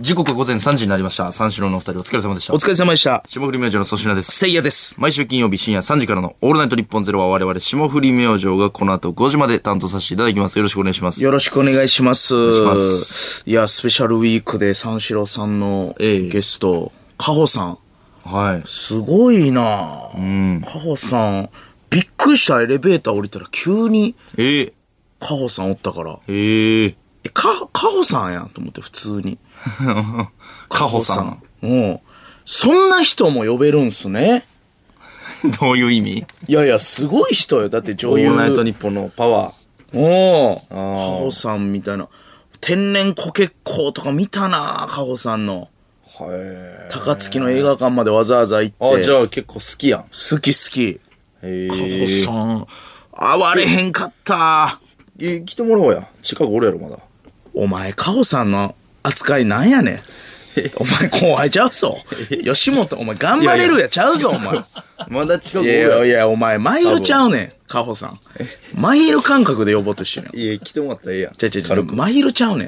時刻午前3時になりました。三四郎のお二人お疲れ様でしたお。疲れ様でした。霜降り明星の粗品です。せいやです。毎週金曜日深夜3時からのオールナイト日本ゼロは我々霜降り明星がこの後5時まで担当させていただきます。よろしくお願いします。よろしくお願いします。願いしまいや、スペシャルウィークで三四郎さんのええゲスト、カホさん。はい。すごいなぁ。カホさん、びっくりしたエレベーター降りたら急にえー、カホさんおったから、えー、え、カカホさんやんと思って普通に。カホさん。。うん。そんな人も呼べるんすね。 どういう意味いやいや、すごい人よ。だってオ女優。ールナイト日本のパワー。おお、カホさんみたいな。天然コケッコーとか見たな、カホさんの。はい。高槻の映画館までわざわざ行って。あ、じあゃあ結構好きやん。好き好き。えカホさん、会われへんかった。え、来てもらおうや。近くおるやろ、まだ。お前、カホさんの扱いなんやね ん。お前後輩ちゃうぞ。吉本、お前頑張れるやちゃうぞ、お前。まだ近くおいるや やろ。いや、お前、マイルちゃうねん、カホさん。マイル感覚で呼ぼうとしてるやん。いや、来てもらったらええやん。ちゃうちゃうちゃう、マイルちゃうね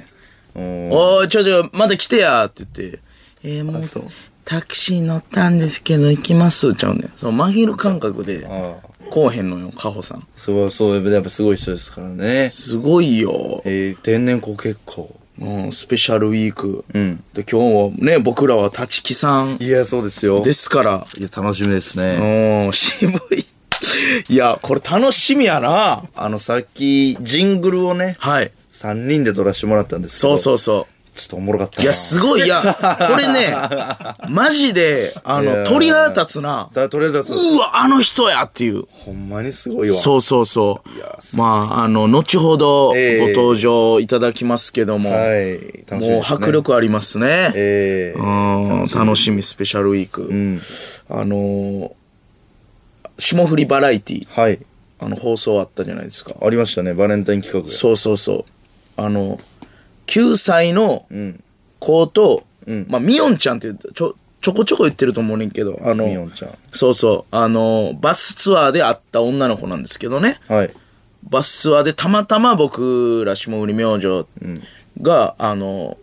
ん。うん。おい、ちょちょ、まだ来てやって言って、えー、もうそうタクシー乗ったんですけど行きますちゃうねん。そう、真昼感覚で、あこうへんのよ、カホさん。そう、そう、やっぱすごい人ですからね。すごいよ。えー、天然子結構。うん、スペシャルウィーク。んで、今日はね、僕らは立木さんいや、そうですよ。ですから、いや、楽しみですね。うん、渋い。いや、これ楽しみやな。あの、さっき、ジングルをね、はい。 3人で撮らせてもらったんですけそど。うそうそう。う。ちょっとおもろかったな。いや、すごい。いや、これね、マジで、あいやの、鳥肌立つな。さあ、とりあえず、うわ、あの人やっていう。ほんまにすごいわ。そうそうそいやう。まあ、あの、後ほどごええ登場いただきますけども、はい。楽しみです、ね。もう迫。力ありますね。えー、うん、楽しみスペシャルウィーク。あのー霜降りバラエティ、はい。あの、放送あったじゃないですか。ありましたね、バレンタイン企画。そうそうそう。あの、9歳のん子と、んまあ、みおんちゃんって言うちょ、ちょこちょこ言ってると思うねんけど、あの、みおんちゃんそうそう、あの、バスツアーで会った女の子なんですけどね。はい。バスツアーでたまたま僕ら霜降り明星が、あの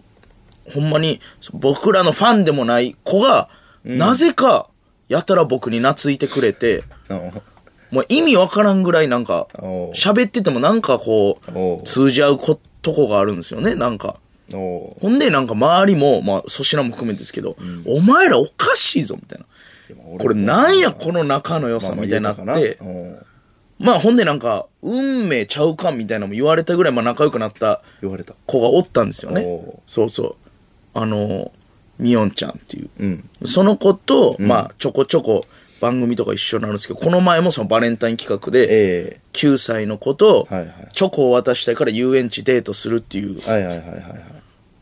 ほんまに僕らのファンでもない子が、なぜかやたら僕に懐いてくれてあのもう意味わからんぐらいなんかおう喋っててもなんかこおうう通じ合うことこがあるんですよねなんか。おーほんで、なんか周りも、まあ、粗品も含めてですけど、お前らおかしいぞ、みたいな。これなんや、この仲の良さ、みたいになって、まあまあ言えたかなうんまあほんでなんか、運命ちゃうかみたいなのも言われたぐらい、まあ仲良くなった言われた。子がおったんですよねおう。そうそう。あの、みおんちゃんっていう。んその子と、まあちょこちょこ番組とか一緒になるんですけど、この前もそのバレンタイン企画で、え9歳の子とはいはい、チョコを渡したいから遊園地デートするっていうえ、はいはいはいはいはい。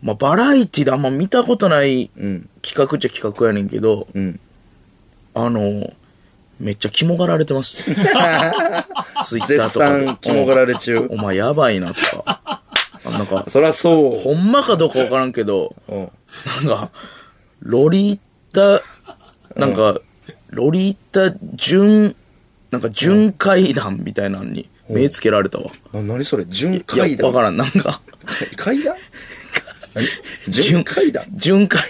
まあバラエティであんま見たことないうん企画っちゃ企画やねんけど、うん。あの、めっちゃ肝がられて ます。ツイッタ絶ーとかで。賛、肝がられ中。お前やばいなとか。あなんか、そらそう。ほんまかどうかわからんけど、うん。なんか、ロリータ、なんか、ロリータ純、なんか純階段みたいなのに目つけられたわ。な何それ純いや階、わ段からん。なんか、階段何純階段純階、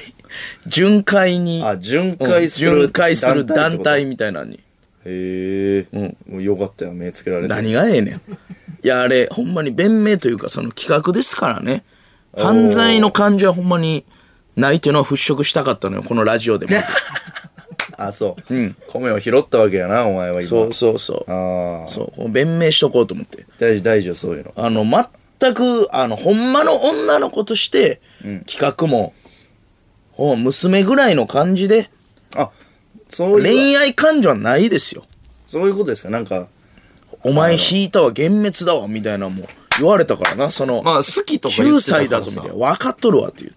純階に、あ巡うん回する巡回する団体へみたいなのに。え、もうよかったよ目つけられて何がええねん。いや、あれ、ほんまに弁明というか、その企画ですからね。犯罪の感じはほんまにないというのは払拭したかったのよ、このラジオでまず。あそう、米を拾ったわけやなお前は今そうそうそう。ああそう、こう弁明しとこうと思って。大事大事よそういうのあの、全く、あの、ほんまの女の子として、企画も、ほう娘ぐらいの感じで、あそういう恋愛感情はないですよ。そういうことですかなんかお前引いたわ、幻滅だわ、みたいなもん言われたからな、その、まあ好きとか言って9たから歳だぞ、みたいな。分かっとるわ、っていう。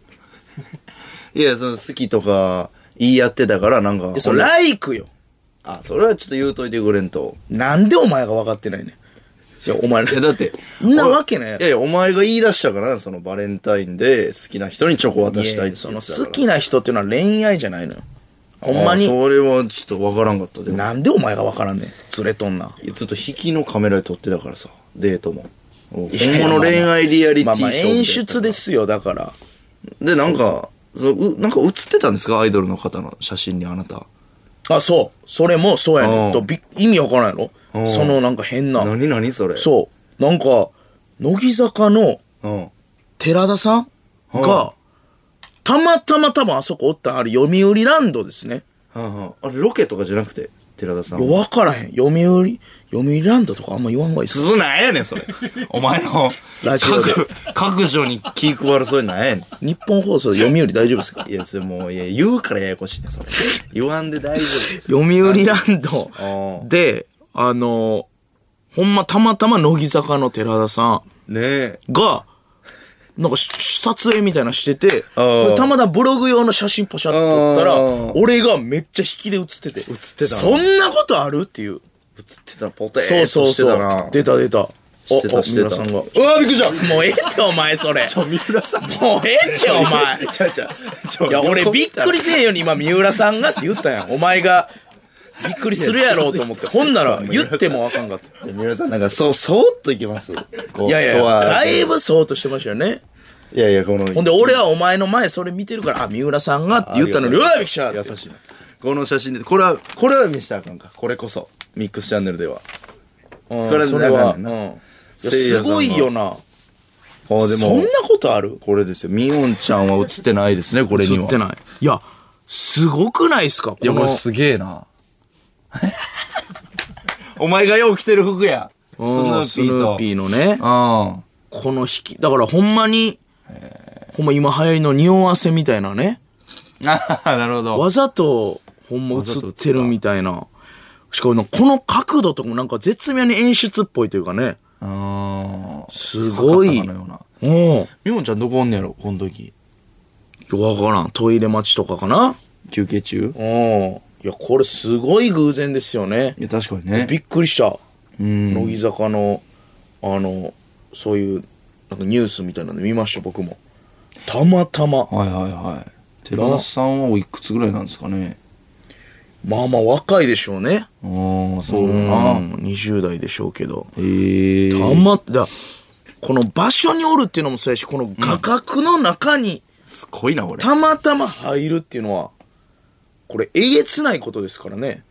いやその好きとか言い合ってたからなんかえ、それ、ライクよ。あそれはちょっと言うといてくれんとなんでお前が分かってないねん。じゃあお前らいやだってそんなわけないやいやいやお前が言い出したからなそのバレンタインで好きな人にチョコ渡したいって言ってたからいやその好きな人っていうのは恋愛じゃないのよ。ほんまあに、それはちょっとわからんかったでもなんでお前が分からんねん。連れとんな。いやずっと引きのカメラで撮ってたからさデートもお本いや物恋愛リアリティまあショーまみあたいな演出ですよ、だから。でなんかそそううなんか写ってたんですかアイドルの方の写真にあなた。あ、そう。それもそうやねん。うんとび意味わからんやろんそのなんか変な。何何それ。そう。なんか、乃木坂のう。うん。寺田さんが、たまたま多分あそこおったある読売ランドですね。うんうんあれロケとかじゃなくて、寺田さん。わからへん。読売、読売ランドとかあんま言わんほうがいいっす。鈴なんやねん、それ。お前のラジオで各、各所に気配るそれなんやね日本放送で読売大丈夫ですかん。いや、それもう、いや、言うからややこしいねん、それ。言わんで大丈読売ランドあーで、あのーほんまたまたま乃木坂の寺田さ夫。ねえ。んが、なんかし撮影みたいなのしててあー、たまたまブログ用の写真ポシャって撮ったらあー、俺がめっちゃ引きで写ってて。写ってたなそんなことあるっていう。写ってたな、ポテーそうっそとうしてそたな。う。出た出た。お、してたお、して三た浦さんが。うわー、びっくりしたもうええってお前それ。三浦さん。いもうええってお前。ちゃうちゃうちょいや、俺横びっ見たらくりせえよに今、三浦さんがって言ったやん。お前が、びっくりするやろうと 思って。ほんなら、言ってもわかんかった。じゃあ三浦さん、なんか、そう、そうっといきます。こういやいや、とはだいぶそうとしてましたよね。いやいや、この。ほほんで、俺はお前の前それ見てるから、あ、三浦さんがって言ったのに、うわ、びっくりした優しいな。この写真で、これは、これは見せたらあかんか。これこそ。ミックスチャンネルでは。うんこれそれは、だうかん。らいなやすごいよな。あーでそんなことあるこれですよ。ミオンちゃんは映ってないですね、これに映は。ってない。いや、すごくないっすかこいや、このれ、すげえな。 お前がよう着てる服や。スヌうんスーピヌーと。ーピーのね。あこの引き、だからほんまに、ほんま今流行りの匂わせみたいなね。あ ー。なるほど。わざと、ほんま映ってるみたいな。しかも、この角度とかもなんか絶妙に演出っぽいというかね。ああ。すごい。博多のようなおうミオンちゃんどこおんねやろ、この時。わからん。トイレ待ちとかかな休憩中うん。いや、これすごい偶然ですよね。いや、確かにね。びっくりした。うん。乃木坂の、あの、そういう、なんかニュースみたいなの見ました、僕も。たまたま。はいはいはい。寺田さんはおいくつぐらいなんですかね。まあまあ若いでしょうね。ああ、そうだうんな。、 20代でしょうけど。へえ。たまって、だこの場所におるっていうのもそうやし、この画角の中にすごいな、これ。たまたま入るっていうのは、これえげつないことですからね。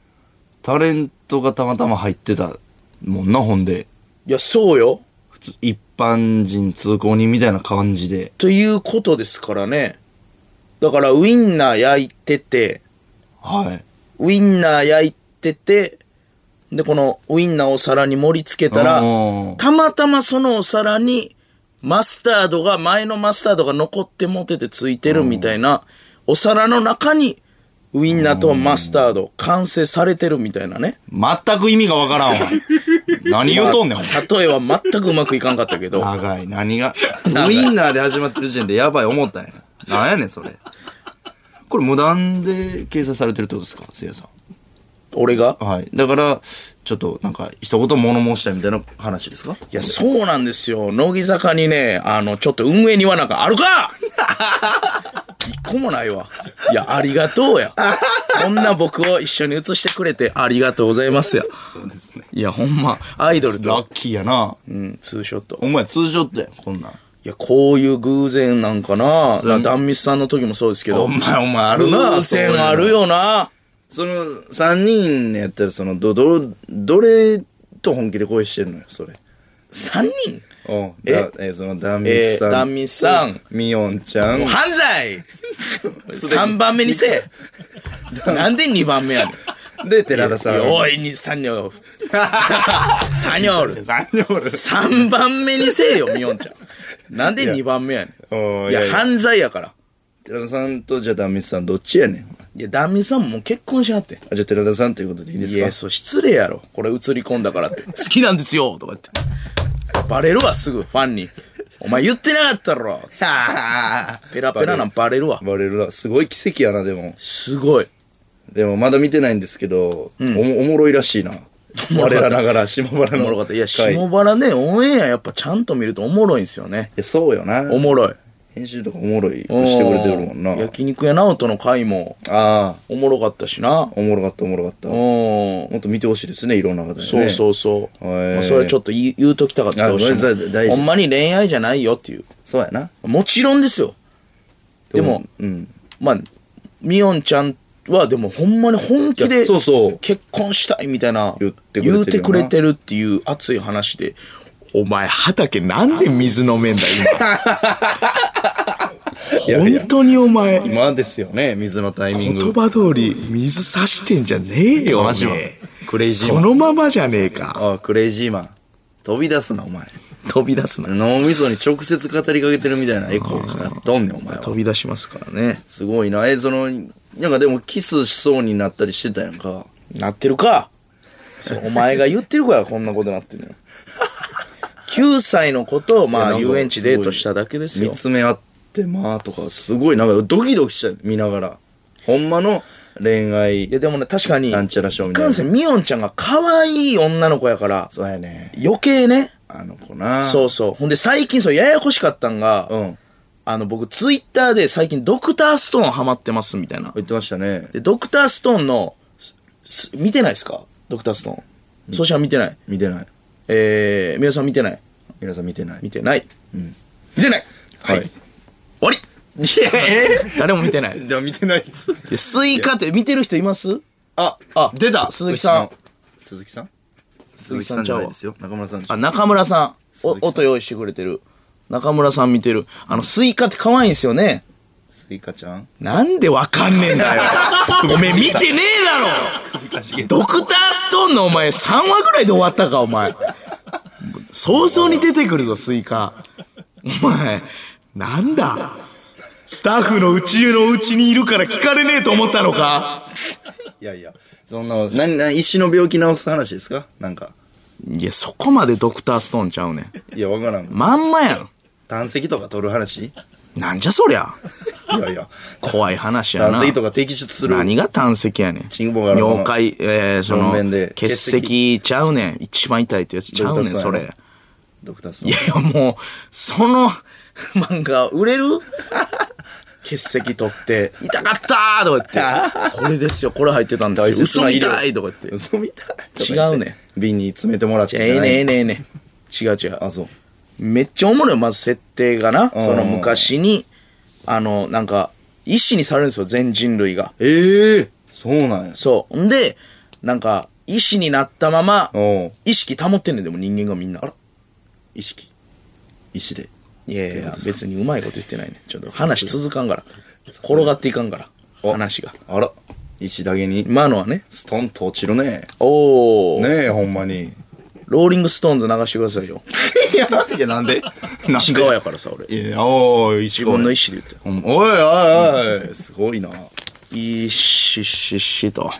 タレントがたまたま入ってたもんな、ほんで。いや、そうよ。普通一般人通行人みたいな感じで。ということですからね。だからウインナー焼いてて、はい。ウインナー焼いてて、で、このウインナーを皿に盛り付けたらあ、ーたまたまそのお皿にマスタードが前のマスタードが残って持ててついてるみたいなお皿の中にウインナーとマスタード完成されてるみたいなね全く意味がわからんわ。 何言うとんねん、お前。例えは全くうまくいかんかったけど長い、何が。ウインナーで始まってる時点でやばい思ったんや。なんやねん、それ。これ無断で掲載されてるってことですか、せいやさ俺がん。はい。だから、ちょっと、なんか、一言物申したいみたいな話ですかいやそうなんですよ乃木坂にねあのちょっと運営にはなんかあるか 一個もないわいやありがとうやこんな僕を一緒に写してくれてありがとうございますやそうですね。いやほんまアイドルラと、ッキーやな。うん、ツーショットお前、通常って、こんなん。いや、こういう偶然なんかな。だからダンミスさんの時もそうですけおど。前、お前、あるな。偶然あるよな。その3人やったらそのどどどれと本気で恋してるのよそれ3人おえええそのダンミスさん、えーダンミスさんミヨンちゃん犯罪 !3 番目にせえ。なんで2番目やねん。で寺田さんおい、に3人おる。3人おる。残業おる3番目にせえよ、みおんちゃん。なんで2番目やねおん。いいやや、犯罪やから。寺田さんとじゃあダンミスさんどっちやねんあいや、ダンミスさんももう結婚しはって。じゃあ寺田さんということでいいでいすかや、そう、失礼やろ。これ映り込んだからって。 好きなんですよとか言って。バレるわ、すぐ、ファンに。お前言ってなかったろさあペラペラなんバレるわ。バレるなすごい奇跡やなでもすごい。でもまだ見てないんですけど、おもおもろいらしい な我らながら下原おのもろかった。いや、回い下原ね、オンエアやっぱちゃんと見るとおもろいんすよね。やそうよなおもろい。編集とかおもろいくしてくれてるもんなおー焼肉屋直人の回もああおもろかったしな。おもろかったおもろかった。もうん。っと見てほしいですね、いろんな方にね。そうそうそう。へーまあ、それはちょっと言い言うときたかったあどうしてごもめんなさい大事ほんまに恋愛じゃないよっていう。そうやな。もちろんですよ。でも、うん。まあみおんちゃんはでもほんまに本気いでやそうそう結婚したいみたいな言ってくれてるよな言うてくれてるっていう熱い話でお前畑なんで水飲めんだ や今いや本当にお前今ですよね、水のタイミン言グ。葉通り水さしてんじゃねえよおマジマン前クレイジーマそンのままじゃねえかああ、クレイジーマン。飛び出すな、お前。飛び出すな脳みそに直接語りかけてるみたいなエコーかかっとんねん、お前は。飛び出しますからねすごいな。え、その、なんかでもキスしそうになったりしてたやんか。なってるかそうお前が言ってるか らこんなことなってるのよ9歳の子とまいやあなんか遊園地デートしただけです見よつめ合ってまあとか、すごいなんかドキドキしちゃう、見ながら。ほんまの恋愛いやでもね確かになんちゃらショーみたいかな。んせんみおんちゃんが可愛い女の子やからそうやね。余計ねあの子な。そうそうほんで最近そうややこしかったんが、うん。あの僕ツイッターで最近ドクターストーンハマってますみたいな言ってましたね。でドクターストーンのすす見てないですかドクターストーンそうしは見てない見てない。えー、みおさん見てない皆さん見てない見。てない、見てないはい終 わりいや、え 誰も見てないでも見てないです。でスイカって見てる人いますあ、あ 出た鈴木さん。鈴木さん鈴鈴木木ささんんちじゃゃうわないですよ。中村さんでしょあ中村さん鈴木さおん音用意してくれてる中村さん見てるあのスイカって可愛いんですよねスイカちゃんなんでわかんねえんだ よおめえ見てねえだろドクターストーンのお前3話ぐらいで終わったかお前早々に出てくるぞスイカお前なんだスタッフの宇宙のうちにいるから聞かれねえと思ったのかいやいや。そんな、何、何、石の病気治す話ですかなんか。いやそこまでドクターストーンちゃうねんいや、わからん。まんまやん胆石とか取る話いなんじゃそりゃやいや。怖い話やな胆石とか摘出する。何が胆石やねんチンポがの尿解えー、その四面で血石ちゃうねん一番痛いってやつちゃうねどんういうことそれやドクタースいやいやもうその漫画売れる 血石取って「痛かった!」とか言って「これですよこれ入ってたんですよ嘘みたい!」とか言って嘘みたいとか違言ってうねん瓶に詰めてもらってじゃあええねんええねんええねん違う違うあそうめっちゃおもろいまず設定がなそのうん昔にあのなんか医師にされるんですよ全人類がええそうなんやそう。んで、なんか、医師になったままおう、意識保ってんねん、でも人間がみんな。意識意志でいやいやどういや、いうことですか別にうまいこと言ってないねん。ちょっと話続かんから。転がっていかんから。お話が。あら意志だけに今のはね。ストンと落ちるねおー、ねえほんまにローリングストーンズ流してくださいよ。いやいやなんで なん石川やからさ、俺。いやおー石自分の意志思で言って。おいおいおいすごいなイシシシと。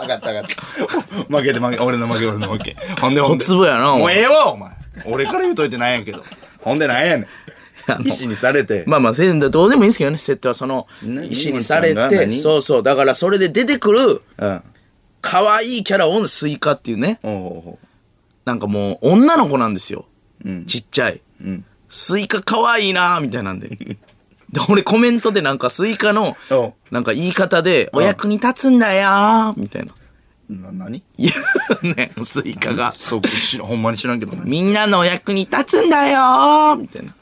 上がった上がった負けて負け俺の負け俺の負けほんでほ小んで粒やな、おもうえ前。えわお前俺から言うといてないやけどほんでなんやねあのん意志にされてまあまあ、せんだどうでもいいんですけどね、設定はその、な医師にされみおんちゃんがて、何そうそう。だから、それで出てくる、うん可愛いキャラをスイカっていうね。おうおうなんかもう女の子なんですよ。ちっちゃい。んスイカ可愛いなーみたいなんで。で、俺コメントでなんかスイカのおう、なんか言い方で、お役に立つんだよーみたいな。な何言うねん、スイカが。そう知らほんまに知らんけどねみんなのお役に立つんだよーみたいな。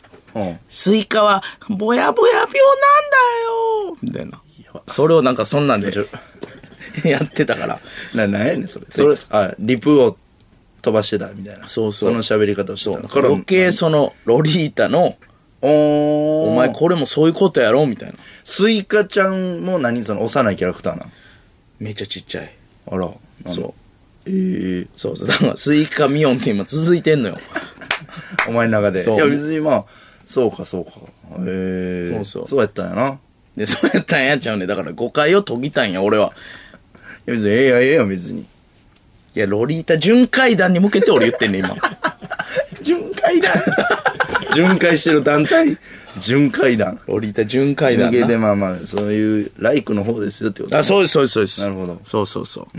うんスイカは、ぼやぼや病なんだよーみたいな。それをなんかそんなんで、 やってたから。ななんやねんそれそれあリプを飛ばしてたみたいなそうそうその喋り方をしてたから余計その、ロリータの、おーお前これもそういうことやろみたいな。スイカちゃんも何その幼いキャラクターなんめっちゃちっちゃい。あらそう。うええそうそう。だから、スイカミオンって今続いてんのよ。お前の中でいそうや別にまあそうかそうかええそうそうそうやったんやないやで、そうやったんやっちゃうね。だから誤解を解きたいんや、俺は。別にええやんええやん別にいや、ロリータ巡回団に向けて俺言ってんね、 今。巡回団巡回してる団 体巡回団ロリータ巡回向団けな。てまあまあそういうライクの方ですよってことあ、そうです、そうです、そうです。なるほどそうそうそう。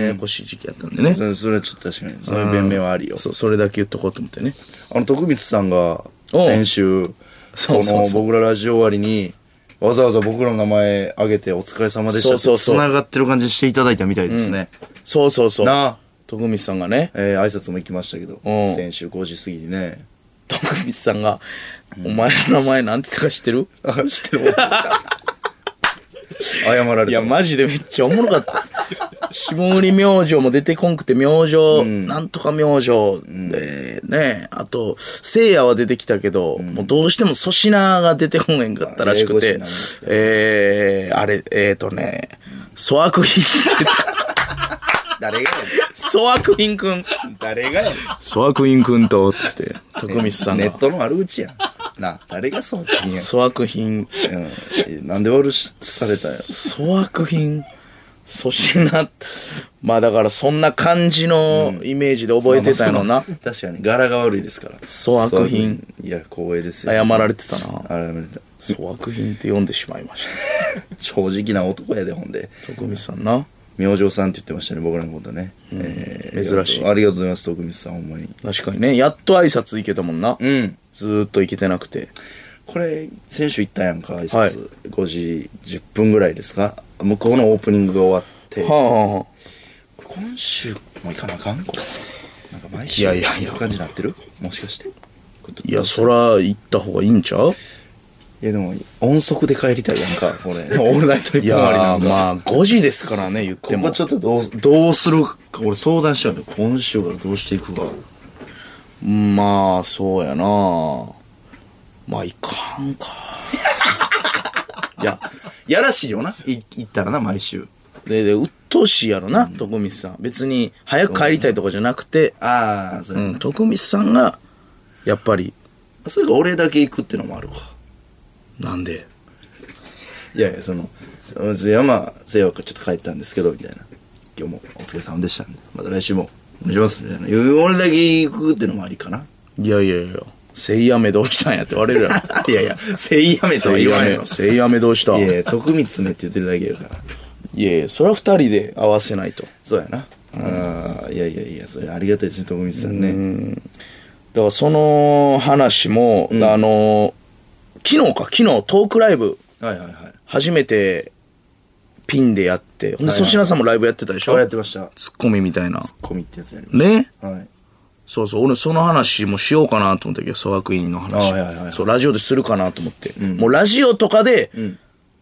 ややこしい時期やったんでね。それそれはちょっと確かにそういう弁明はありよそう、それだけ言っとこうと思ってね。あの徳光さんがおう先週こそうそうのそう僕らラジオ終わりにわざわざ僕らの名前挙げてお疲れ様でしたそうとそうそう繋がってる感じにしていただいたみたいですね、そうそうそう。なあ徳光さんがね、えー挨拶も行きましたけどうん先週5時過ぎにね 徳光さんが、お前の名前なんて言ったか知ってる知ってる謝られたいや、マジでめっちゃおもろかった。 霜降り明星も出てこんくて、明星、なんとか明星、で、ね、あと、聖夜は出てきたけど、もうどうしても粗品が出てこへんかったらしくややこてしいなります、えー、あれ、えーとね、粗悪品って言 った、誰がや粗悪品くん。ねん誰がやねん粗悪品くんと、つって、徳光さんネがッ。トの悪口やん。なあ、誰がそうか。いや粗悪品。うんえなんで悪しされたんや粗悪品粗品まあだからそんな感じのイメージで覚えてたんやろうな、確かに柄が悪いですから粗悪品いや光栄ですよ謝られ てたなあれめた粗悪品って読んでしまいました正直な男やでほんで徳光さんな明星さんって言ってましたね僕らのことね、え珍しいありがとうございます徳光さんほんまに確かにねやっと挨拶行けたもんな、うんずーっと行けてなくてこれ選手行ったやんか挨拶、はい5時10分ぐらいですか向こうのオープニングが終わって、はあはあはこれ今週も行かなあかんこれなんか毎週いやいやいやこう感じになってるもしかしていやそら行った方がいいんちゃういやでも音速で帰りたいやんかこれ オールナイトい一本ありなやんーかまあ5時ですからね言ってここもちょっとどうどうするか俺相談しちゃうよ今週からどうしていくかまあそうやなまあいかん かいややらしいよない行ったらな毎週で、で、鬱陶しいやろな、徳光さん。別に、早く帰りたいとかじゃなくて、ああそうれ、ん、徳光さんが、やっぱり、それか俺だけ行くってのもあるかなんで。いいやいやその松山せよかちょっと帰ったんですけどみたいな今日もお疲れ様でしたまた来週もお願いしますみたいな言う俺だけ行くってのもありかなやいやいや、せいやめどうしたんやって言われるやろ。いやいや せいやめとはせい言やわないめよ、せいやめどうしたいいやいやや徳光めって言ってるだけやからいや、それは二人で合わせないと。そうやな、ああいやいやいやそれありがたいですね徳光さんね、だから、その話も、あの、昨日か、昨日、トークライブ、はいはいはい初めて、ピンでやって、ほんで、粗品さんもライブやってたでし今ょ日やってましたツッコミみたいな。コミってやつやりましねたはいそうそう、俺その話もしようかなと思ったけど、粗悪員の話。あはいはいはいそう、ラジオでするかなと思って。もうラジオとかで、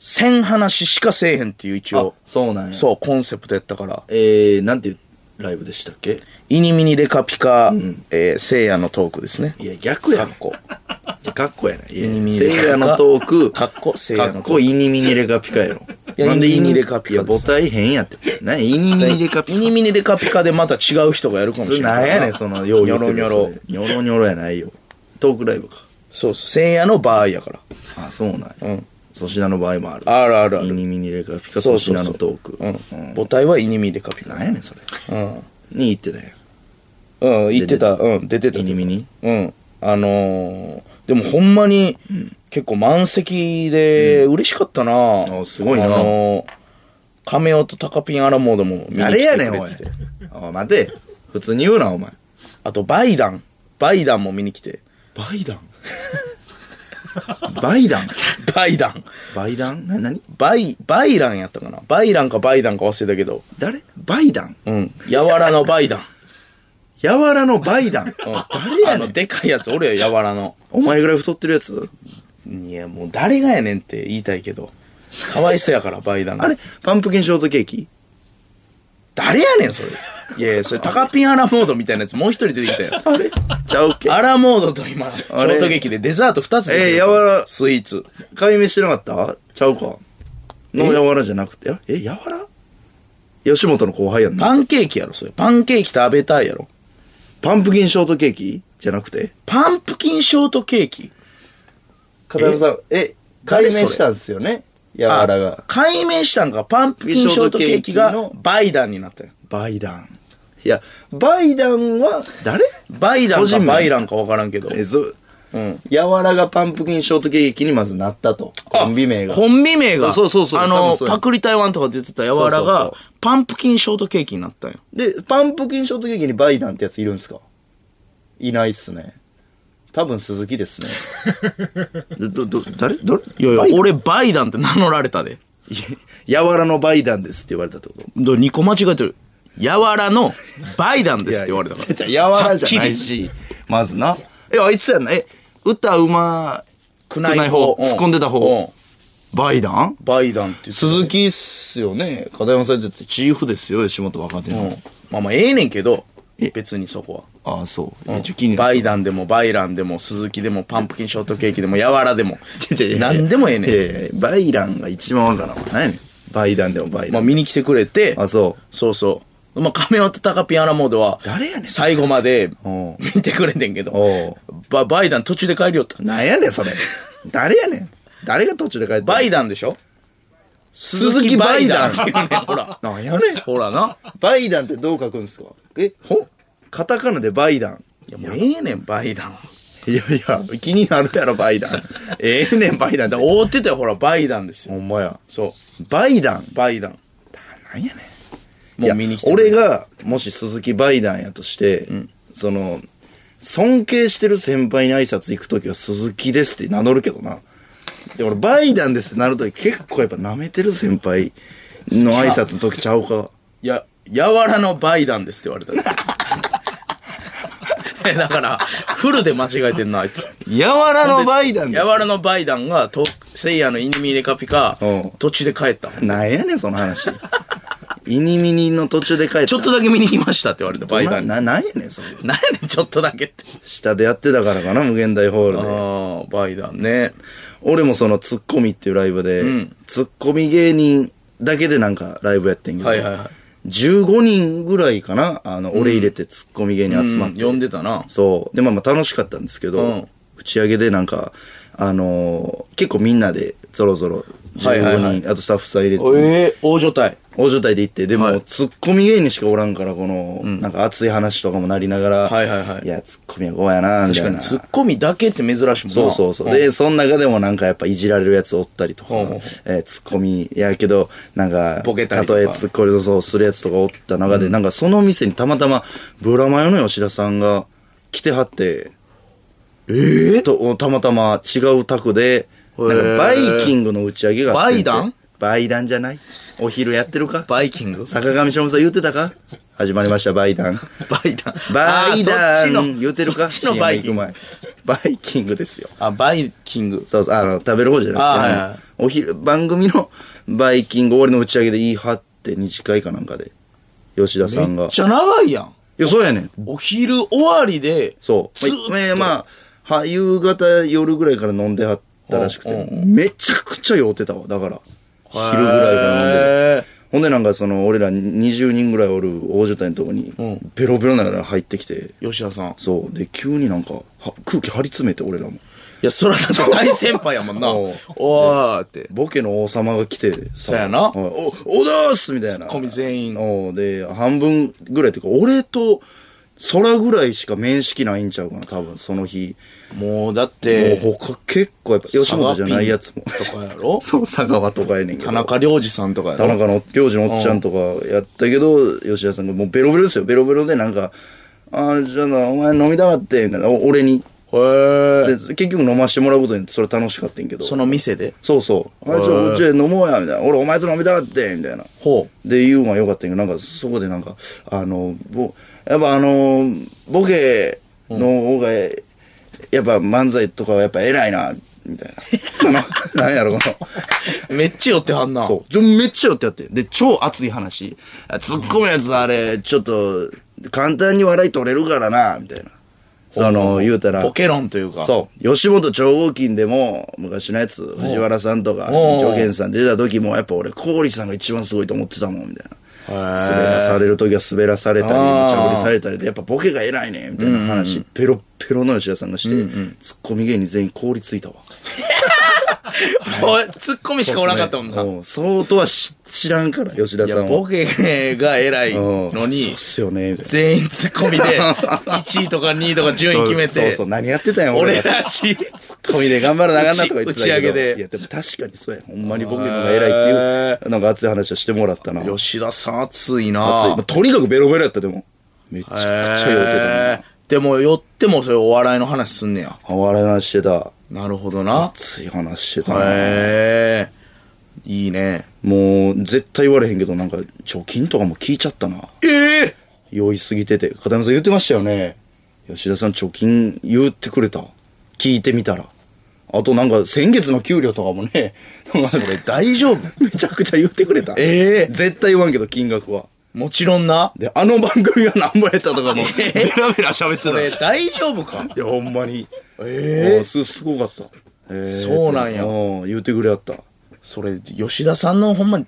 1000話しかせえへんっていう一応あ、そうなんやそう、コンセプトやったから、えー、なんていうライブでしたっけイニミニレカピカ、えー、聖夜のトークですね。いや逆やかんっこ。じゃかっこやない。いやイニミニレせカいやのトーク。かっこせいやのトークかっこイニミニレカピカやろ。やなんでイイニニミニミレレカカピピカカ。いや、母です体変やって。なイニミニレカピイニミニレカピカでまた違う人がやるかもカ。しそれれない。なんや ねん、その、よう言ってるニやョつロニョロ。ニョロニョロやないよ。トークライブか。そうそう、聖夜の場合やから。あ、そうなんや。粗品の場合もある。あるあるあるイニミニレカピカ、粗品のトーク。うん。母体はイニミニレカピカ。なんやねん、それ。うん。に言ってたやうん、言ってた。うん、出てた。ん。イニミニ。うん。あのーでもほんまに、結構満席で嬉しかったな、あすごいなあのー亀尾とタカピンアラモードも見に来てくれ誰てやねん、おい。おい、待て。普通に言うな、お前。あと、バイダン。バイダンも見に来て。バイダンバイダンバイダン。バイダンな、なにバイ、バイランやったかなバイランかバイダンか忘れたけど。誰バイダンうん。やわらのバイダン。やわらのバイダン、誰やあねの、んでかいやつ、俺ややわらの。お前ぐらい太ってるやついや、もう誰がやねんって言いたいけど。かわいそうやから、バイダンがあれパンプキンショートケーキ誰やねん、それ。いやいや、それ、タカピンアラモードみたいなやつ、もう一人出てきたよ。あれちゃうっけアラモードと今、ショあれート劇でデザート2つ出てるえーやわらスイーツ。解明してなかったちゃうかのやわらじゃなくてえやわら吉本の後輩やんなパンケーキやろ、それ。パンケーキ食べたいやろ。パンプキンショートケーキじゃなくてパンプキンショートケーキ片山さんえ誰それんですよねやあ解明したんか、パンプキンショートケーキショーがトケーキのバイダンになったよ。バイダンいやバイダンは誰バイダン個人か名バイランか分からんけど。えそううん。やわらがパンプキンショートケーキにまずなったとコンビ名がコンビ名が。そうそうそうあ多の、分そうやパクリ台湾とか出てたやわそうらそうがそ、パンプキンショートケーキになったよ。で、パンプキンショートケーキにバイダンってやついるんですかいないっすね。多分鈴木 ですね。ど、ど、誰誰いやいやバイ、ダン俺バイダンって名乗られたで。いややわらのバイダンですって言われたってこと2個間違えてる。やわらのバイダンですって言われたから。じゃやわらじゃないし、まずな。え、あいつやんな。え、歌うまくない方突っ込んでた方うんバイダンバイダンって言って鈴木っすよね。片山さんってチーフですよ、吉本若手の。うんまあまあええねんけどえ別にそこはああ、そう。え、ちょ、気になバる。イダンでもバイランでも鈴木でもパンプキンショートケーキでもやわらでもちょちょ何でもええねんやいやバイランが一番わからんわ。何やねん。バイダンでもバイまラあン。見に来てくれてあ、そう。そうそうまあ亀尾とタカピアラモードは誰やねん最後までおう見てくれてんけおどババイダン途中で帰りよったなんやねん、それ。誰やねん。誰が途中で帰ってバイダンでしょ鈴鈴木木ババイイダダンンって言うねんほらなんやねん。ほらなバイダンってどう書くんですかえ、ほカタカナでバイダン。いやもうええねんバイダンいやいや、気になるやろ、バイダン。ええねん、バイダンって。覆ってたよほらバイダンですよほんまや。そバイダン。うバイダンなんやねん。もう見に来ていくやれ俺が、もし鈴木バイダンやとして、その、尊敬してる先輩に挨拶行くときは鈴木ですって名乗るけどな。で、俺、バイダンですってなるとき結構やっぱ舐めてる先輩の挨拶のときちゃうか。いや、やわらのバイダンですって言われた で。えだから、フルで間違えてんな、あいつ。やわらのバイダンでやわらのバイダンが、と、せいやのイニミレカピカうん、途中で帰った。す。なんやねん、その 話。イニミニの途中で帰った。ちょっとだけ見に来ましたって言われた、バイダンに。な、ななんやねん、それ。なんやねん、ちょっとだけって。下でやってたからかな、無限大ホールで。ああ、バイダンね。俺もそのツッコミっていうライブで、ツッコミ芸人だけでなんかライブやってんけど、はいはいはい15人ぐらいかなあの俺入れてツッコミ芸人集まうっん、て、呼んでたな。そうでまあまあ楽しかったんですけど、うん打ち上げでなんかあのー結構みんなでぞろぞろ15人、はいはいはいあとスタッフさん入れてええ大所帯。大所帯で行って、でも、はいツッコミ芸人しかおらんから、この、なんか熱い話とかもなりながら、はいはいはいや、ツッコミはこうやな、みた確かいに、な。ツッコミだけって珍しいもんな。そうそうそう。んで、その中でもなんかやっぱいじられるやつおったりとかほうほう、えーツッコミやけど、なんか、ボケたりとかえツッコミのそうするやつとかおった中で、なんかその店にたまたま、ブラマヨの吉田さんが来てはって、ええと、たまたま違う宅で、なんかバイキングの打ち上げがあってんてバイダンバイダンじゃないお昼やってるかバイキング坂上忍さん言ってたか始まりました、バイダン。バイダン。バイあーそダっちのン言ってるかそっちのバイキ CM ング。行く前バイキングですよ。あ、バイキング。そうそう、あの、食べる方じゃなくて、あはいあのはいお昼、番組のバイキング終わりの打ち上げで言い張って、二次会かなんかで、吉田さんめが。っいちゃ長いやん。や、そうやねん。お昼終わりで、そう。ずーっとまあえーまあ、は夕方、夜ぐらいから飲んではったらしくて、めちゃくちゃ酔ってたわ、だから。昼ぐらいから飲んで。へーほんでなんかその俺ら20人ぐらいおる大所帯のとこにベロベロながら入ってきて吉田さん。いそうで急になんかは空気張り詰めて俺らもや、そらだって大先輩やもん な。おおうーって。ボケの王様が来てそそうやなおおだーすみたいなコミ全員。おうで半分ぐらいっていうか俺と空ぐらいしか面識ないんちゃうかな多分その日、もうだっもて、う他結構やっぱ吉本じゃないやつもサガピンとかやろそう佐川とかやねんけど田中良二さんとかや田ろ中の領事のおっちゃんとかやったけど吉田さんがもうベロベロですよベロベロでなんか「ああじゃあなお前飲みたがって」みたいなお俺にへで結え。局飲ましてもらうことにそれ楽しかったんやけどその店で。そうそう「あじゃあこっちで飲もうや」みたいな「俺お前と飲みたがって」みたいなほで言うのは良かったんやけどなんかそこでなんかあのぼやっぱあのボケの方が、やっぱ漫才とかはやっぱ偉いなみたいな あのなんやろこう。めっちゃ寄ってはんな。のそうでもめっちゃよってやってで超熱い話あツッコむやつあれちょっと簡単に笑い取れるからなみたいなその言うたらボケ論というか。そう。吉本超合金でも、昔のやつ、藤原さんとか、おう条件さん出た時も、やっぱ俺、氷さんが一番すごいと思ってたもん、みたいな。へー滑らされる時は滑らされたり、あー無茶ぶりされたりで、やっぱボケが偉いね、みたいな話、ペロッペロの吉田さんがして、ツッコミ芸人全員氷ついたわ。おい。ツッコミしかおらんかったもんな。うそうとはし知らんから、吉田いさや、んは。ボケが偉いのうんそうにっ、すよね、みたいな。全員ツッコミで、1位とか2位とか10位決めそうてそう、、何やってたんや、俺俺ら。たツち、ッコミで頑張らなあかんなとか言ってたけど打ち打ち上げでいやでも確かにそうやほんまに僕の方が偉いっていうなんか熱い話をしてもらったな熱い 吉田さん熱いまなあとにかくベロベロやったでもめちゃくちゃ酔ってへーでも寄ってもそれお笑いの話すんねやたな笑い話してたなるほどな熱い話してたなへえいいねもう絶対言われへんけどなんか貯金とかも聞いちゃったなええ酔いすぎてて片山さん言ってましたよね吉田さん貯金言ってくれた聞いてみたらあとなんか先月の給料とかもね、 なんかそれ大丈夫めちゃくちゃ言ってくれた。ええ絶対言わんけど、金額は。もちろんな。で、あの番組が何ぼやったと かも、ベラベラ喋ってそた。れい大丈夫かや、ほんまに。ええあす、すごかった。ええそうなんやうん言ってくれやった。それ、吉田さんのほんま、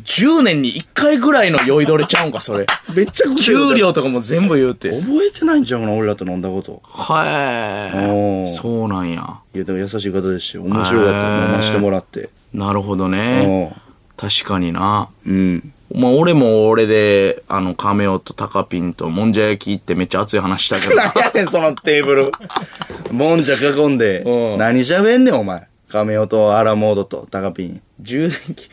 10年に1回ぐらいの酔いどれちゃうんか、それ。めっちゃくちゃ言うた給料とかも全部言うて。覚えてないんちゃうかな、俺らと飲んだこと。はおーそうなんや。いや、でも優しい方ですし、面白かった。へ飲えましてもらって。なるほどね。確かにな。うん。まあ、俺も俺で、あの、カメオとタカピンともんじゃ焼き行ってめっちゃ熱い話したけど。何やねん、そのテーブル。もんじゃ囲んでう、ん何喋んねん、お前。亀尾とアラモードとタカピン。 充電器、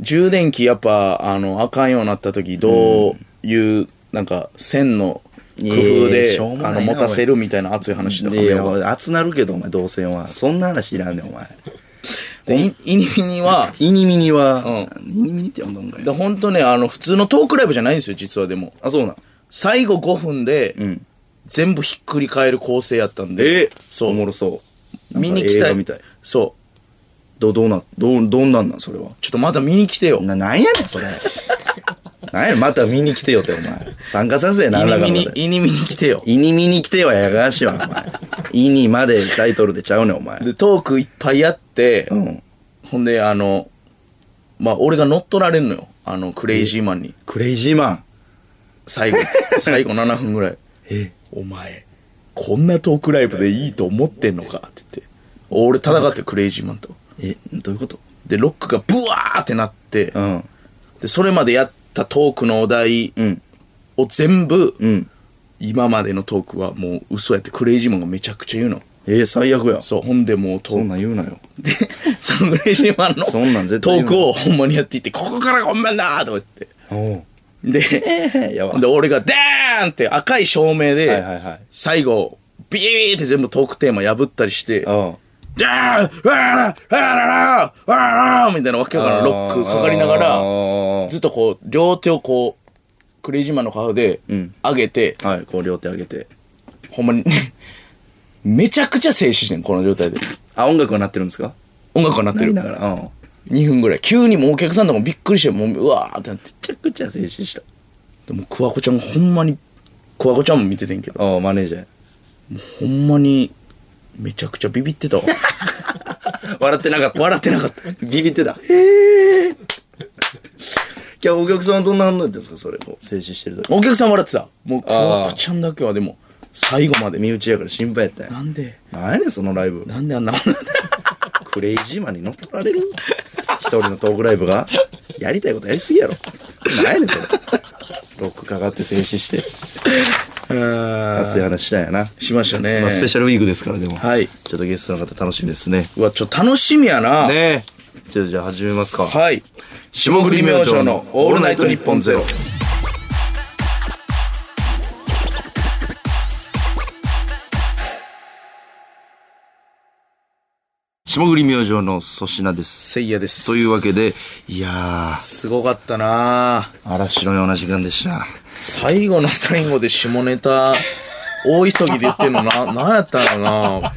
充電器やっぱ、あの、あかんようになった時、どういう、なんか、線の工夫いやいやでしょうも、あないなの、持たせるみたいな熱い話したいカメや、オが。熱なるけど、お前、動線は。そんな話いらんねん、お前。でインイニフィニは、イニミニは、イニミニって呼んだんかいで。本当ね、あの、普通のトークライブじゃないんですよ、実はでも。あ、そうなん。最後5分で、全部ひっくり返る構成やったんで、えそう。おもろそう。見になんか来た映画いみたい。そう。ど、どうなん、どう、どんなんなん、それは。ちょっとまた見に来てよ。な、なんやねん、 それ。なんやねん、また見に来てよって、お前。参加させえ、イ何らニかミのニこ、とで。イニミニ来てよ。イニミニ来てはやがわしいわ、お前。イニまでタイトルでちゃうねん、お前。で、トークいっぱいやって、うん。ほんで、あの、まあ、俺が乗っ取られんのよ。あの、クレイジーマンに。クレイジーマン。最 後、最後7分ぐらい。えお前、こんなトークライブでいいと思ってんのかって言って。俺戦ってクレイジーマンと。え、どういうことで、ロックがブワーってなって、うん。で、それまでやったトークのお題うん。を全部、うん。今までのトークはもう嘘やってクレイジーマンがめちゃくちゃ言うの。えー、最悪や。そそう、ほんでもうトーんクなん言うなよ。で、そのクレイジーマンのそんなん絶ト対言うーなクをほんまにやっていって、ここからごめんなーとか言って。おう。で、えー、やばで、。俺がダーンって赤い照明で、はいはいはい最後、ビーって全部トークテーマ破ったりして、うん。ダーンわららわららわららみたいなわけわからんロックかかりながあら、ーずっとこう、両手をこう、クレイジーマンの顔でん上げて、はい、こう両手上げて。ほんまに、めちゃくちゃ静止してん、この状態で。あ、音楽は鳴ってるんですか音楽が鳴って鳴りる。ながら。うん。め2分ぐらい。急にもうお客さんとかもびっくりして、もう、うわーってなって。ちゃくちゃ静止した。でも、クワコちゃんがほんまに、クワコちゃんも見ててんけど、おうマネージャほんまに、めちゃくちゃビビってたわ。ー。笑ってなかった。笑ってなかった。ビビってた。今日お客さんはどんな反応やったんですかそれ、こう、静止してる時。お客さん笑ってた。もう、クワコちゃんだけはでも、最後まで。身内やから心配やったんやなんで、なんやねん、そのライブ。なんであんな女だ クレイジーマンに乗っ取られる一人のトークライブがやりたいことやりすぎやろ。なんやねん、それ。ロックかかって静止して、熱い話したんやな。しましたね。まあ、スペシャルウィークですから、でも。はいちょっとゲストの方楽しみですね。うわ、ちょ、楽しみやな。ねえ。じゃあ、じゃあ始めますか。はい。霜降り明星のオールナイトニッポンゼロ。霜降り明星の粗品です。せいやです。というわけで、いやー、すごかったな嵐のような時間でした。最後の最後で下ネタ、大急ぎで言ってんのな、なんやったんやろな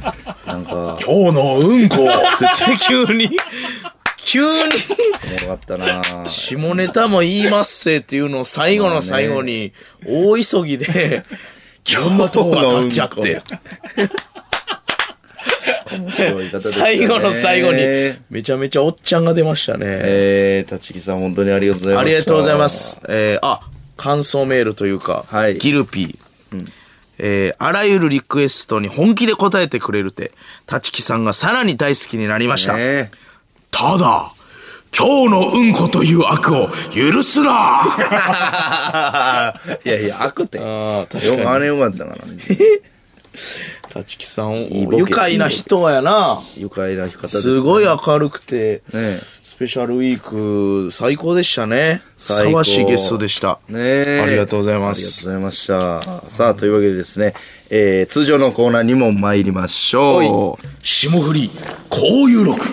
なんか、今日のうんこって急に、急に、おもろかったな ぁ下ネタも言いますせっていうのを最後の最後に、大急ぎで、今日のとこが立っちゃって。最後の最後に、めちゃめちゃおっちゃんが出ましたね。えー、立木さん本当にありがとうございました。ありがとうございま。す。えー、あ、感想メールというか、はいギルピー。えーあらゆるリクエストに本気で答えてくれるて、立木さんがさらに大好きになりました。ねただ、今日のうんこという悪を許すなえ。いやいや、悪って。あー確かよにくあれよかったから、立木さん、ボケ愉快な人やな。愉快な方です、すごい明るくて、えスペシャルウィーク、最高でしたね。ふ最さ高わしいゲストでした。ねえありがとうございまありがとうございました。さあ、というわけでですね、えー、通常のコーナーにも参りましょう。霜降り、こういう録。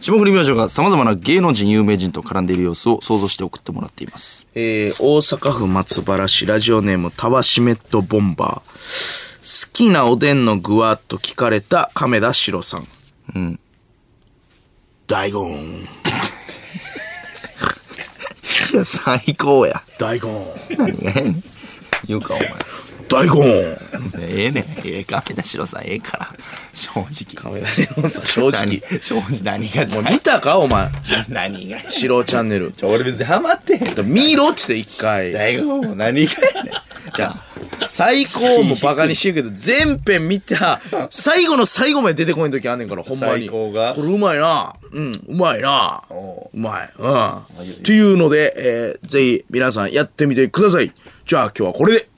霜降り明星が様々な芸能人、有名人と絡んでいる様子を想像して送ってもらっています。えー大阪府松原市ラジオネームタワシメットボンバー好きなおでんの具はと聞かれた亀田史郎さん大根、最高や。大根、言うか、お前。大根。 ええねん。ええか、亀田白さん、ええから。正直。亀田白さん正直正直、何が、もう見たかお前。何が。シローチャンネル。ちょ俺別にハマってへん。見ろっつって一回。大悟も何がやねん。じゃあ、最高もバカにしてるけど、全編見た、最後の最後まで出てこいん時あんねんから、ほんまに。最高がこれうまいな。うん、うまいな。おうまい。うん。っていうので、えーぜひ皆さんやってみてください。じゃあ今日はこれで、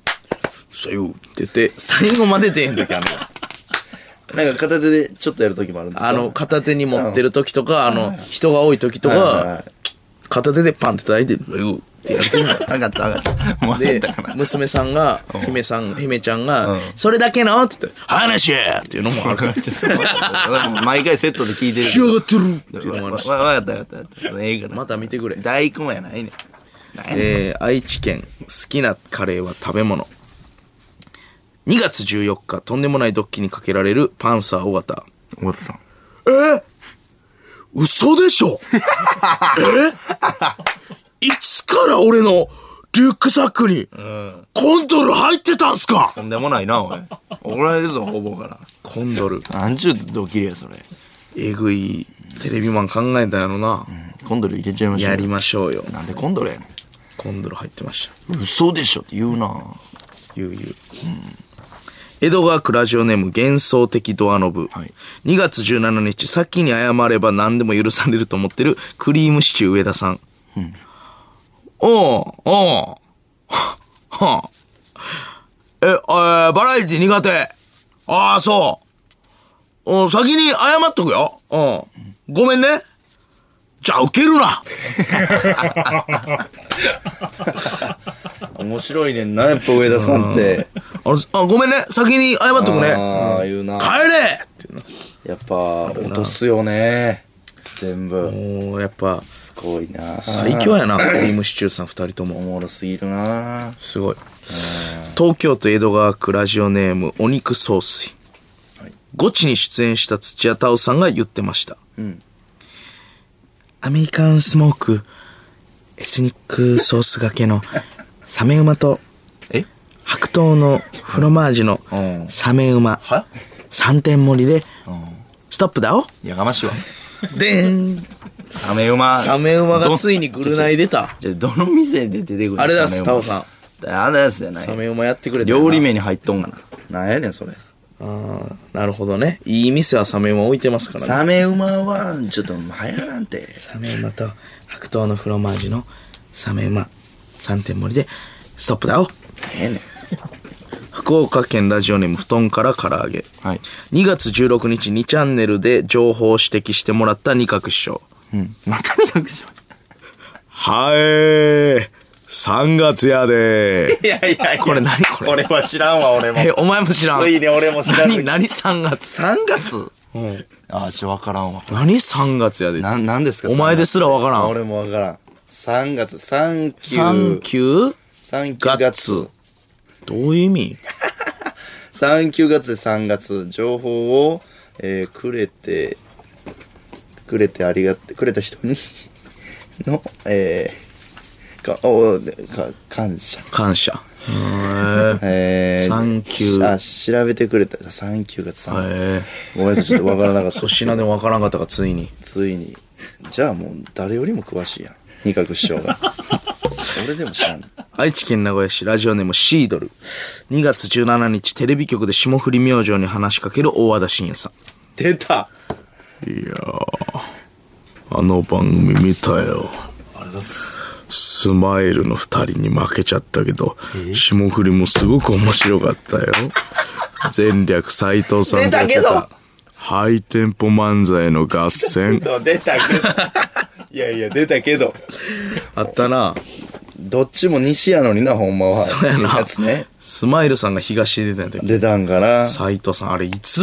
さようって言って、最後まで出へん時あんねん。なんか片手でちょっとやる時もあるんですかあの、片手に持ってる時とか、あの、人が多い時とはいはいはかい、片手でパンって叩いて、さようってやってんの。上がった上がった。もう上 でがったかな。娘さんが姫さん姫ちゃんが「それだけの?」って言って「話や!」っていうのもあるから「ちょっと待ってもう毎回セットで聞いてる。仕上が ってる!」っていうのもわあるわしかったわかったわかった。ええから。また見てくれ大根やないねん。何やねんえー愛知県好きなカレーは食べ物2月14日とんでもないドッキリにかけられるパンサー尾形太田さん。嘘でし ょえいつから俺のリュックサックにコンドル入ってたんすかとんでもないな、おい。怒られるぞ、ほぼから。コンドルなんちゅうドッキリや、それ。えぐいテレビマン考えたんやろなコンドル入れちゃいましょう。やりましょうよなんでコンドルやねコンドル入ってましたん。嘘でしょって言うな。ゆうゆう、江戸川区ラジオネーム幻想的ドアノブ、はい2月17日先に謝れば何でも許されると思ってるクリームシチュー上田さん、おう おうははえ、えーバラエティ苦手ああそううん先に謝っとくようんごめんねじゃあ受けるな面白いねんな、やっぱ上田さんって。あのあごめんね先に謝っとくねああ、言うな。帰れっていうのやっぱ、落とすよね。全部。もうやっぱすごいな。最強やな、クリームシチューさん二人とおも。もろすぎるな。すごい。東京都江戸川区ラジオネーム、お肉総帥。ゴチに出演した土屋太鳳さんが言ってました。んアメリカンスモーク、エスニックソースがけ の、サメ馬と、え白桃のフロマージュのうんサメ馬、は三点盛りで、ストップだおやかましいわ。でんサメ馬。サメ馬がついにぐるない出た。じゃあどの店で出てくるあれだっすタオさん。あれだっすやなサい。メ馬やってくれたよな料理名に入っとんがな。なんやねん、それ。ああ、なるほどね。いい店はサメ馬置いてますからね。サメ馬は、ちょっと流行らんて。サメ馬と白桃のフロマージュのサメ馬3点盛りでストップだおええねん。福岡県ラジオネーム布団から唐揚げ。はい2月16日2チャンネルで情報を指摘してもらった二角師匠。うん。またに隠しはえー、3月やでいやいやいや。 これ何これ俺は知らんわ、俺も。え、お前も知らん。ついに俺も知らん何、何3月3月ああ、ちょ、わからんわ。何3月やでな、なんですかお前ですらわからん俺もわからん。3月、3九 ?3 級3九月。月。どういう意味3九月で3月。情報を、えーくれて、くれてありがて、くれた人に、 の、えー、か、お、でか、感謝。感謝。へーえー、三九あ、調べてくれた。3九月3。ええごめんなさい、ちょっとわからなか った粗。品でもわからんかったがついについにじゃあもう誰よりも詳しいやん二角師匠 がそれでも知らん愛知県名古屋市ラジオネームシードル2月17日テレビ局で霜降り明星に話しかける大和田伸也さ出たんいやあの番組見たよあれだっすスマイルの2人に負けちゃったけど霜降りもすごく面白かったよ前略斎藤さんとやって出たたハイテンポ漫才の合戦出たけどいやいや出たけど あったなどっちも西やのになほんまはそうやなつねスマイルさんが東に出てたんだけど出たんかな斉藤さんあれいつ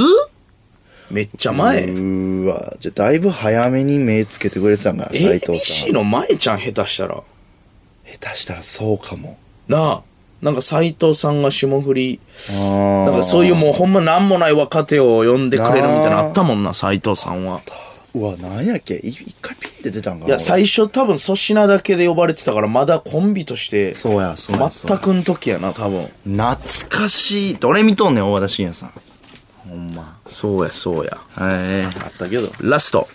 めっちゃ前うーわじゃあだいぶ早めに目つけてくれてたんかな斎藤さ ABC んの前ちゃん下手したら下手したらそうかもなあなんか斎藤さんが霜降りあなんかそういうもうほんまなんもない若手を呼んでくれるみたいなのあったもんな斎藤さんはうわ何やっけい一回ピンって出たんかないや俺最初多分粗品だけで呼ばれてたからまだコンビとしてそうやそうやそう全やくん時やな多分懐かしいどれ見とんねん大和田伸也さんほんまそうやそうやはいあったけどラスト。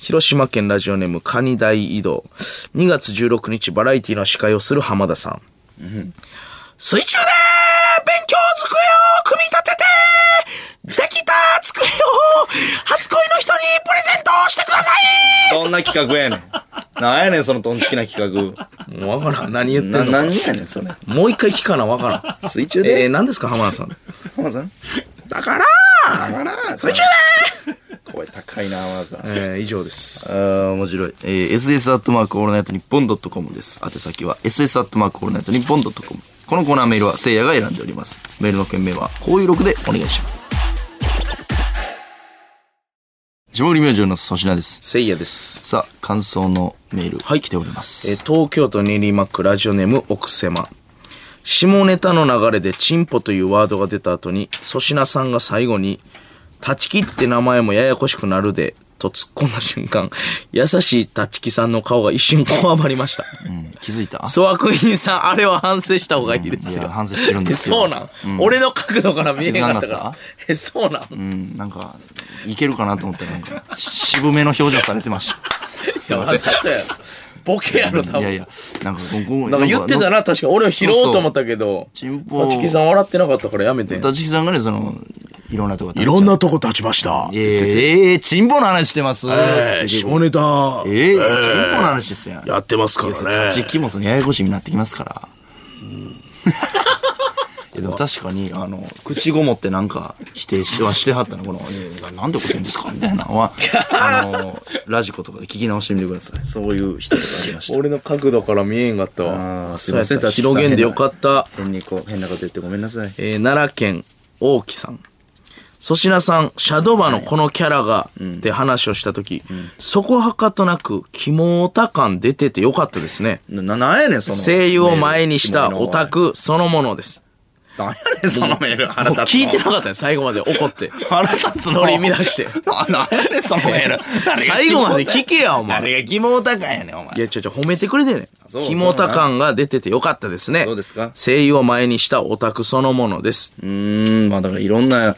広島県ラジオネームカニ大移動。2月16日バラエティの司会をする浜田さん。水中で勉強机を組み立ててできた机を初恋の人にプレゼントしてくださどんな企画や ねんなんやねんそのトンチキな企画いもうわからん。何言ってんなの何やねんそれもう一回聞かなわからん。水中えー、で何ですか浜田さん。浜田さんだからだから水中で声高いな浜田さんえー、以上です。あー面白い。えー、ss アットマークオールナイトニッポンドットコムです。宛先は ss アットマークオールナイトニッポンドットコム。このコーナーメールはせいやが選んでおります。メールの件名はこういう録でお願いします。下降り明星の粗品です。せいやです。さあ、感想のメール、はい、来ております。えー東京都練馬区ラジオネーム奥狭下ネタの流れで「チンポ」というワードが出た後に粗品さんが最後に「立ち木って名前もややこしくなるで」と突っ込んだ瞬間優しい立ち木さんの顔が一瞬こわばりましたうん、気づいた粗悪員さんあれは反省した方がいいですいやよ反省してるんえですよ。そうなん、俺の角度から見えなかっ気たかづかならかっえそうなんうん、なんか、いけるかなと思ったら、なんか、渋めの表情されてましいやわざとやろボケや ろ多た。いやい分や、なんか、僕なんか言ってたな確か俺は拾おうと思ったけどそうそうチンポ立木さん笑ってなかったからやめて立木さんがね、その、いろんなとこいいろんなとこ立ちました。えー、えー、チンポの話してます。えー下ネタ、えー、チンポの話ですやん。やってますからね。時期もそのややこしになってきますから。 いやでも確かに、あの、口ごもってなんか否定しはしてはったの、この、えーなんでこてんですかみたいなの は、あの、ラジコとかで聞き直してみてください。そういう人とかありました。俺の角度から見えんかったわ。あーすいませんそうやった立木さん広げんでよかった。変にこう、変なこと言ってごめんなさい。えー奈良県大木さん。粗品さん、シャドバのこのキャラが、って話をしたとき、そこはかとなく、キモオタ感出ててよかったですね。な、ななんやねん、その。声優を前にしたオタク。クそのものです。なんやねん、そのメール。腹もう立つの聞いてなかったよ、最後まで怒って。 腹立つの取り乱して。 ななんやねんそのメー ル。最後まで聞けや、お前。誰が疑問高いやねん、お前い。や、ちょちょ、褒めてくれてねそう。キモタ感が出ててよかったですね。そうですか声優を前にしたオタクそのものです。うーん、まあだからいろんな、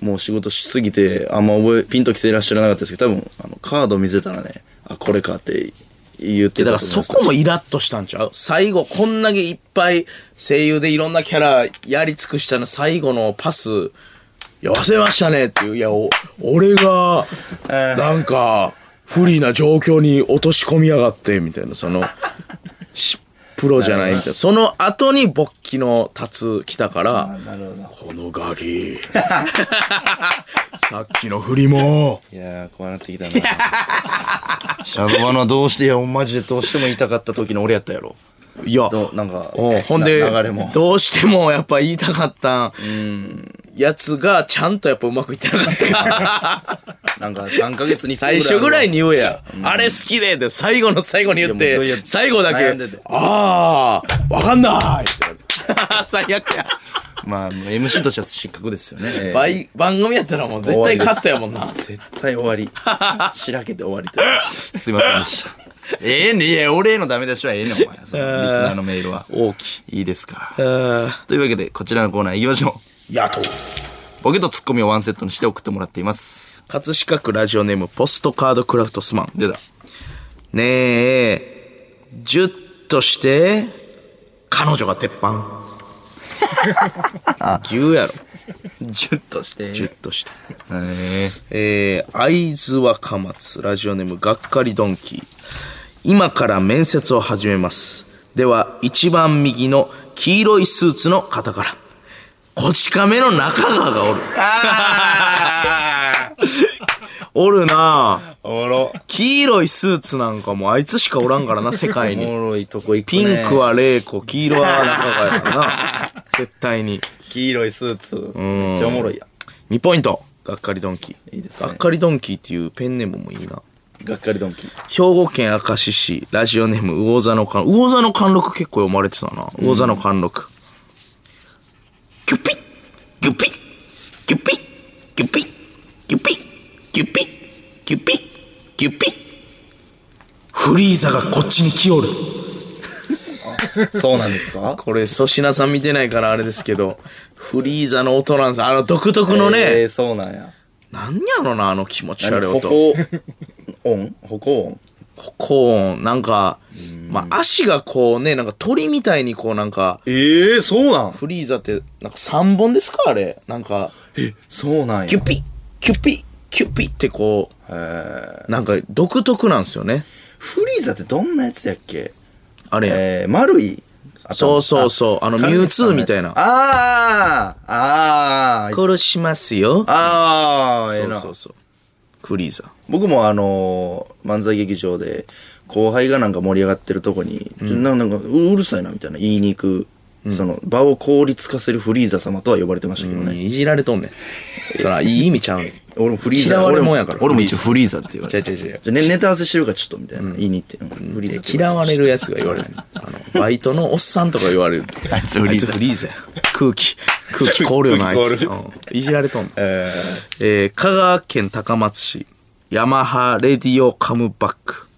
もう仕事しすぎて、あんま覚え、ピンときていらっしゃらなかったですけど、多分、あの、カード見せたらね、あ、これかって言ってたと思いまだからすそこもイラッとしたんちゃう最後、こんだけいっぱい声優でいろんなキャラやり尽くしたの最後のパス、いや、忘れましたねっていう。いや、お俺が、なんか、不利な状況に落とし込みやがって、みたいな、その、しプロじゃないみたいな。その後に勃起の立つ来たから、なるほど。このガキ さっきの振りもいやー、こうなってきたな。 シャドバのはどうして、いや、マジでどうしても言いたかった時の俺やったやろ。いやどうなんかおうほんでな流れもどうしてもやっぱ言いたかったやつがちゃんとやっぱうまくいってなか ったなんか3ヶ月に最初ぐらいに。に言うや、あれ好きでって最後の最後に言っいやもういやて最後だ悩けんでてああわかんない 最悪やまあ、もう MC としては失格ですよね。えー倍番組やったらもう絶対勝ったやもんな絶対終わ り。しらけて終わりという。すいませんでした。ええねんいや、俺へのダメ出しはええねん、お前。そのリスナーのメールは。大きいいいですから。やというわけで、こちらのコーナー行きましょとう。ボケとツッコミをワンセットにして送ってもらっています。葛飾区ラジオネームポストカードクラフトスマン出た。ねえ、ジュッとして、彼女が鉄板。牛やろ。ジュッとして。ジュッとして。ええー、会津若松、ラジオネームがっかりドンキー。今から面接を始めます。では、一番右の黄色いスーツの方から。こち亀の中川がおる。 おるなぁおもろ。黄色いスーツなんかもうあいつしかおらんからな、世界おに。もろいとこ行くね。ピンク。は玲子、黄色は中川やから な。絶対に。黄色いスーツ。めっちゃおもろいや2ポイント。がっかりドンキー。いいですねがっかりドンキーっていうペンネームもいいな。ん。がっかりドンキ。兵庫県明石市、ラジオネーム、魚座の貫禄。魚座の貫禄結構読まれてたな。魚座の貫禄。キュピッキュピッキュピッキュピッキュピッキュピッキュピッキュピッフリーザがこっちに来よるそうなんですかこれ粗品さん見てないからあれです けどフリーザの音なんですあの独特のね、えー、そうなんや。なんやろなあの気持ち悪い歩音行音歩行音歩行音なんかまあ足がこうねなんか鳥みたいにこうなんかええー、そうなんフリーザってなんか3本ですかあれなんかえ、そうなんキやュ。ピッキュピッキュピッってこうえー、なんか独特なんですよねフリーザってどんなやつやっけあれやん、えー、丸いそうそうそうあのミュウツーみたいなあーあーあいつ殺しますよあーええそうなそうそうフリーザ僕もあのー漫才劇場で後輩がなんか盛り上がってるとこに、ちょななんかううるさいなみたいな言いに行く、その場を凍りつかせるフリーザ様とは呼ばれてましたけどね、いじられとんねんそらいい意味ちゃうねん俺もフリー嫌ザわれ俺もんやから俺も一応フリーザって言われて違う違う違うじゃねネタ合わせしてるからちょっとみたいな、言いに行って、うんフリーザって言嫌わわれるやつが言われるあのバイトのおっさんとか言われるあいつフリーザあいつフリーザや空気空気凍るよなあいつ、空気うんいじられとんねんれるええー香川県高松市ヤマハレディオカムバック、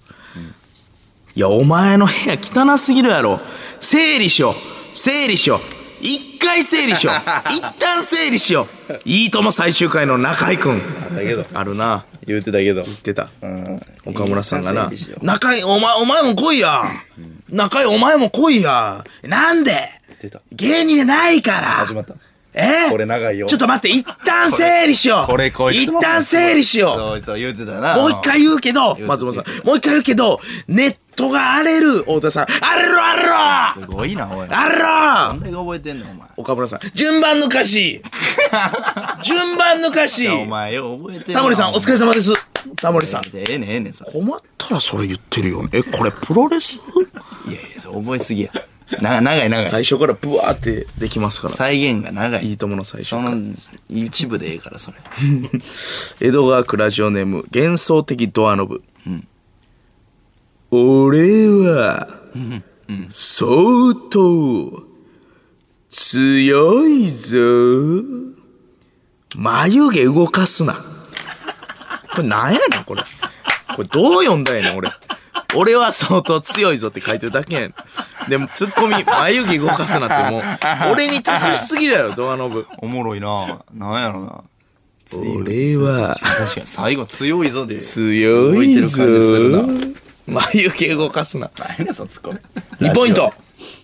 いやお前の部屋汚すぎるやろ整理しよう整理しよう一回整理し よう一旦整理しよういいとも最終回の中居君ー、だけどあるな言うてたけど言ってた、うん岡村さんがいいな整理しよ「中居お前お前も来いや、中居お前も来いやなんで出た芸人じゃないから始まったえこれ長いよちょっと待って一旦整理しよ うこれこいつ一も旦整理しよそうそう言うてたうなもう一回言うけどう松本さんもう一回言うけどネットが荒れる太田さん荒れろ荒れろすごいなおい荒れなんろで覚えてんのお前岡村さん順番抜かし順番抜かしいやお前よ覚えてんなタモリさんお疲れ様ですタモリさんええねんええねんさ困ったらそれ言ってるよねえこれプロレスいやいやそう覚えすぎやな長い長い 最初からブワーってできますから再現が長いいいともの最初その一部でええからそれ 江戸川区ラジオネーム幻想的ドアノブ、俺は、相当強いぞ眉毛動かすなこれなんやねんこれこれどう読んだんやねん俺俺は相当強いぞって書いてるだけやねんでもツッコミ眉毛動かすなってもう俺に託しすぎるやろドアノブおもろいななんやろな俺は確かに最後強いぞで強いぞ動いてる感眉毛動かすな何やねんそのツッコミ2ポイント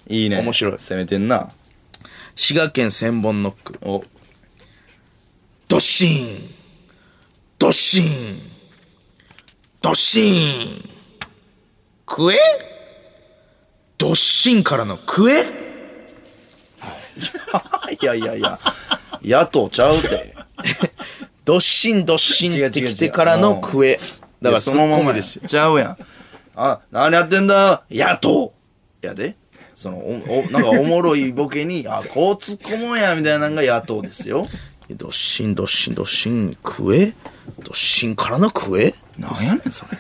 いいね面白い攻めてんな滋賀県千本ノックおドシーンドシーンドシーンクエドシーンからのクエいやいやいや野党ちゃうてドシンドシンってきてからのクエだからツそのッまコまミやですよちゃうやん。あ、何やってんだ野党やで。その、お、おなんかおもろいボケに、あ、こう突っ込もうや、みたいなのが野党ですよ。ドシンドシンドシンクエドシンからのクエなんやねん、それ。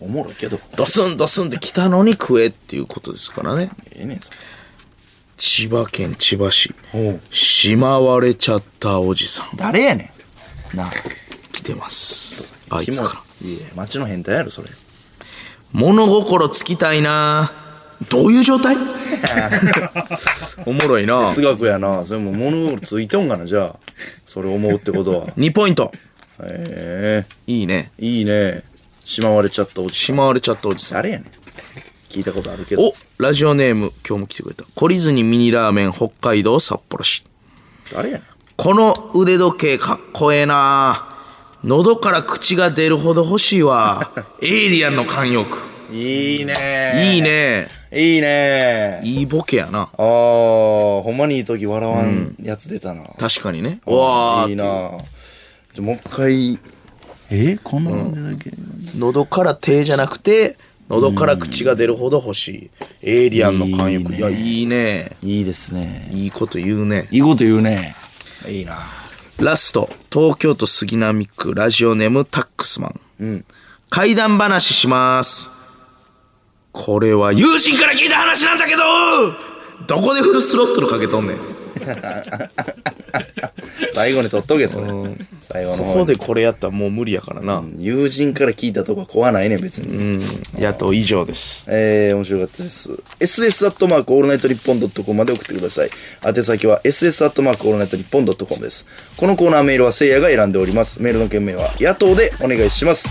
おもろいけど。ドスンドスンってきたのにクエっていうことですからねええねん、それ。千葉県千葉市おうしまわれちゃったおじさん誰やねん。なあ、来てますあいつからキモいいや、街の変態やろ、それ。物心つきたいなどういう 状態おもろいな哲学やな。それもう物心ついとんかな、じゃあ。それ思うってことは。 2ポイントえいいねえいいね。しまわれちゃったおじしまわれちゃったおじさん誰やねん。聞いたことあるけど。おラジオネーム今日も来てくれた懲りずにミニラーメン北海道札幌市誰やねん。この腕時計かっこええな喉から口が出るほど欲し いわエイリアンの慣用句いいねいいねいいねいいボケやなあー、ほんまにいい時笑わんやつ出たな。確かにねわあいいなじゃ、もう一回。えこんなのだけ、喉から手じゃなくて喉から口が出るほど欲しいエイリアンの慣用句いやいいねいいですね。いいこと言うねいいこと言うね。いいなラスト東京都杉並区ラジオネームタックスマン、ん怪談話しますこれは友人から聞いた話なんだけどどこでフルスロットルかけとんねん最後に取っとけ、それ。最後のこ方こに。でこれやったらもう無理やからな。友人から聞いたとこは怖ないねん、別に。うん。野党以上です。えー、面白かったです。ss アットマークオールナイトニッポンドットコムまで送ってください。宛先は ss アットマークオールナイトニッポンドットコムです。このコーナーメールはせいやが選んでおります。メールの件名は野党でお願いします。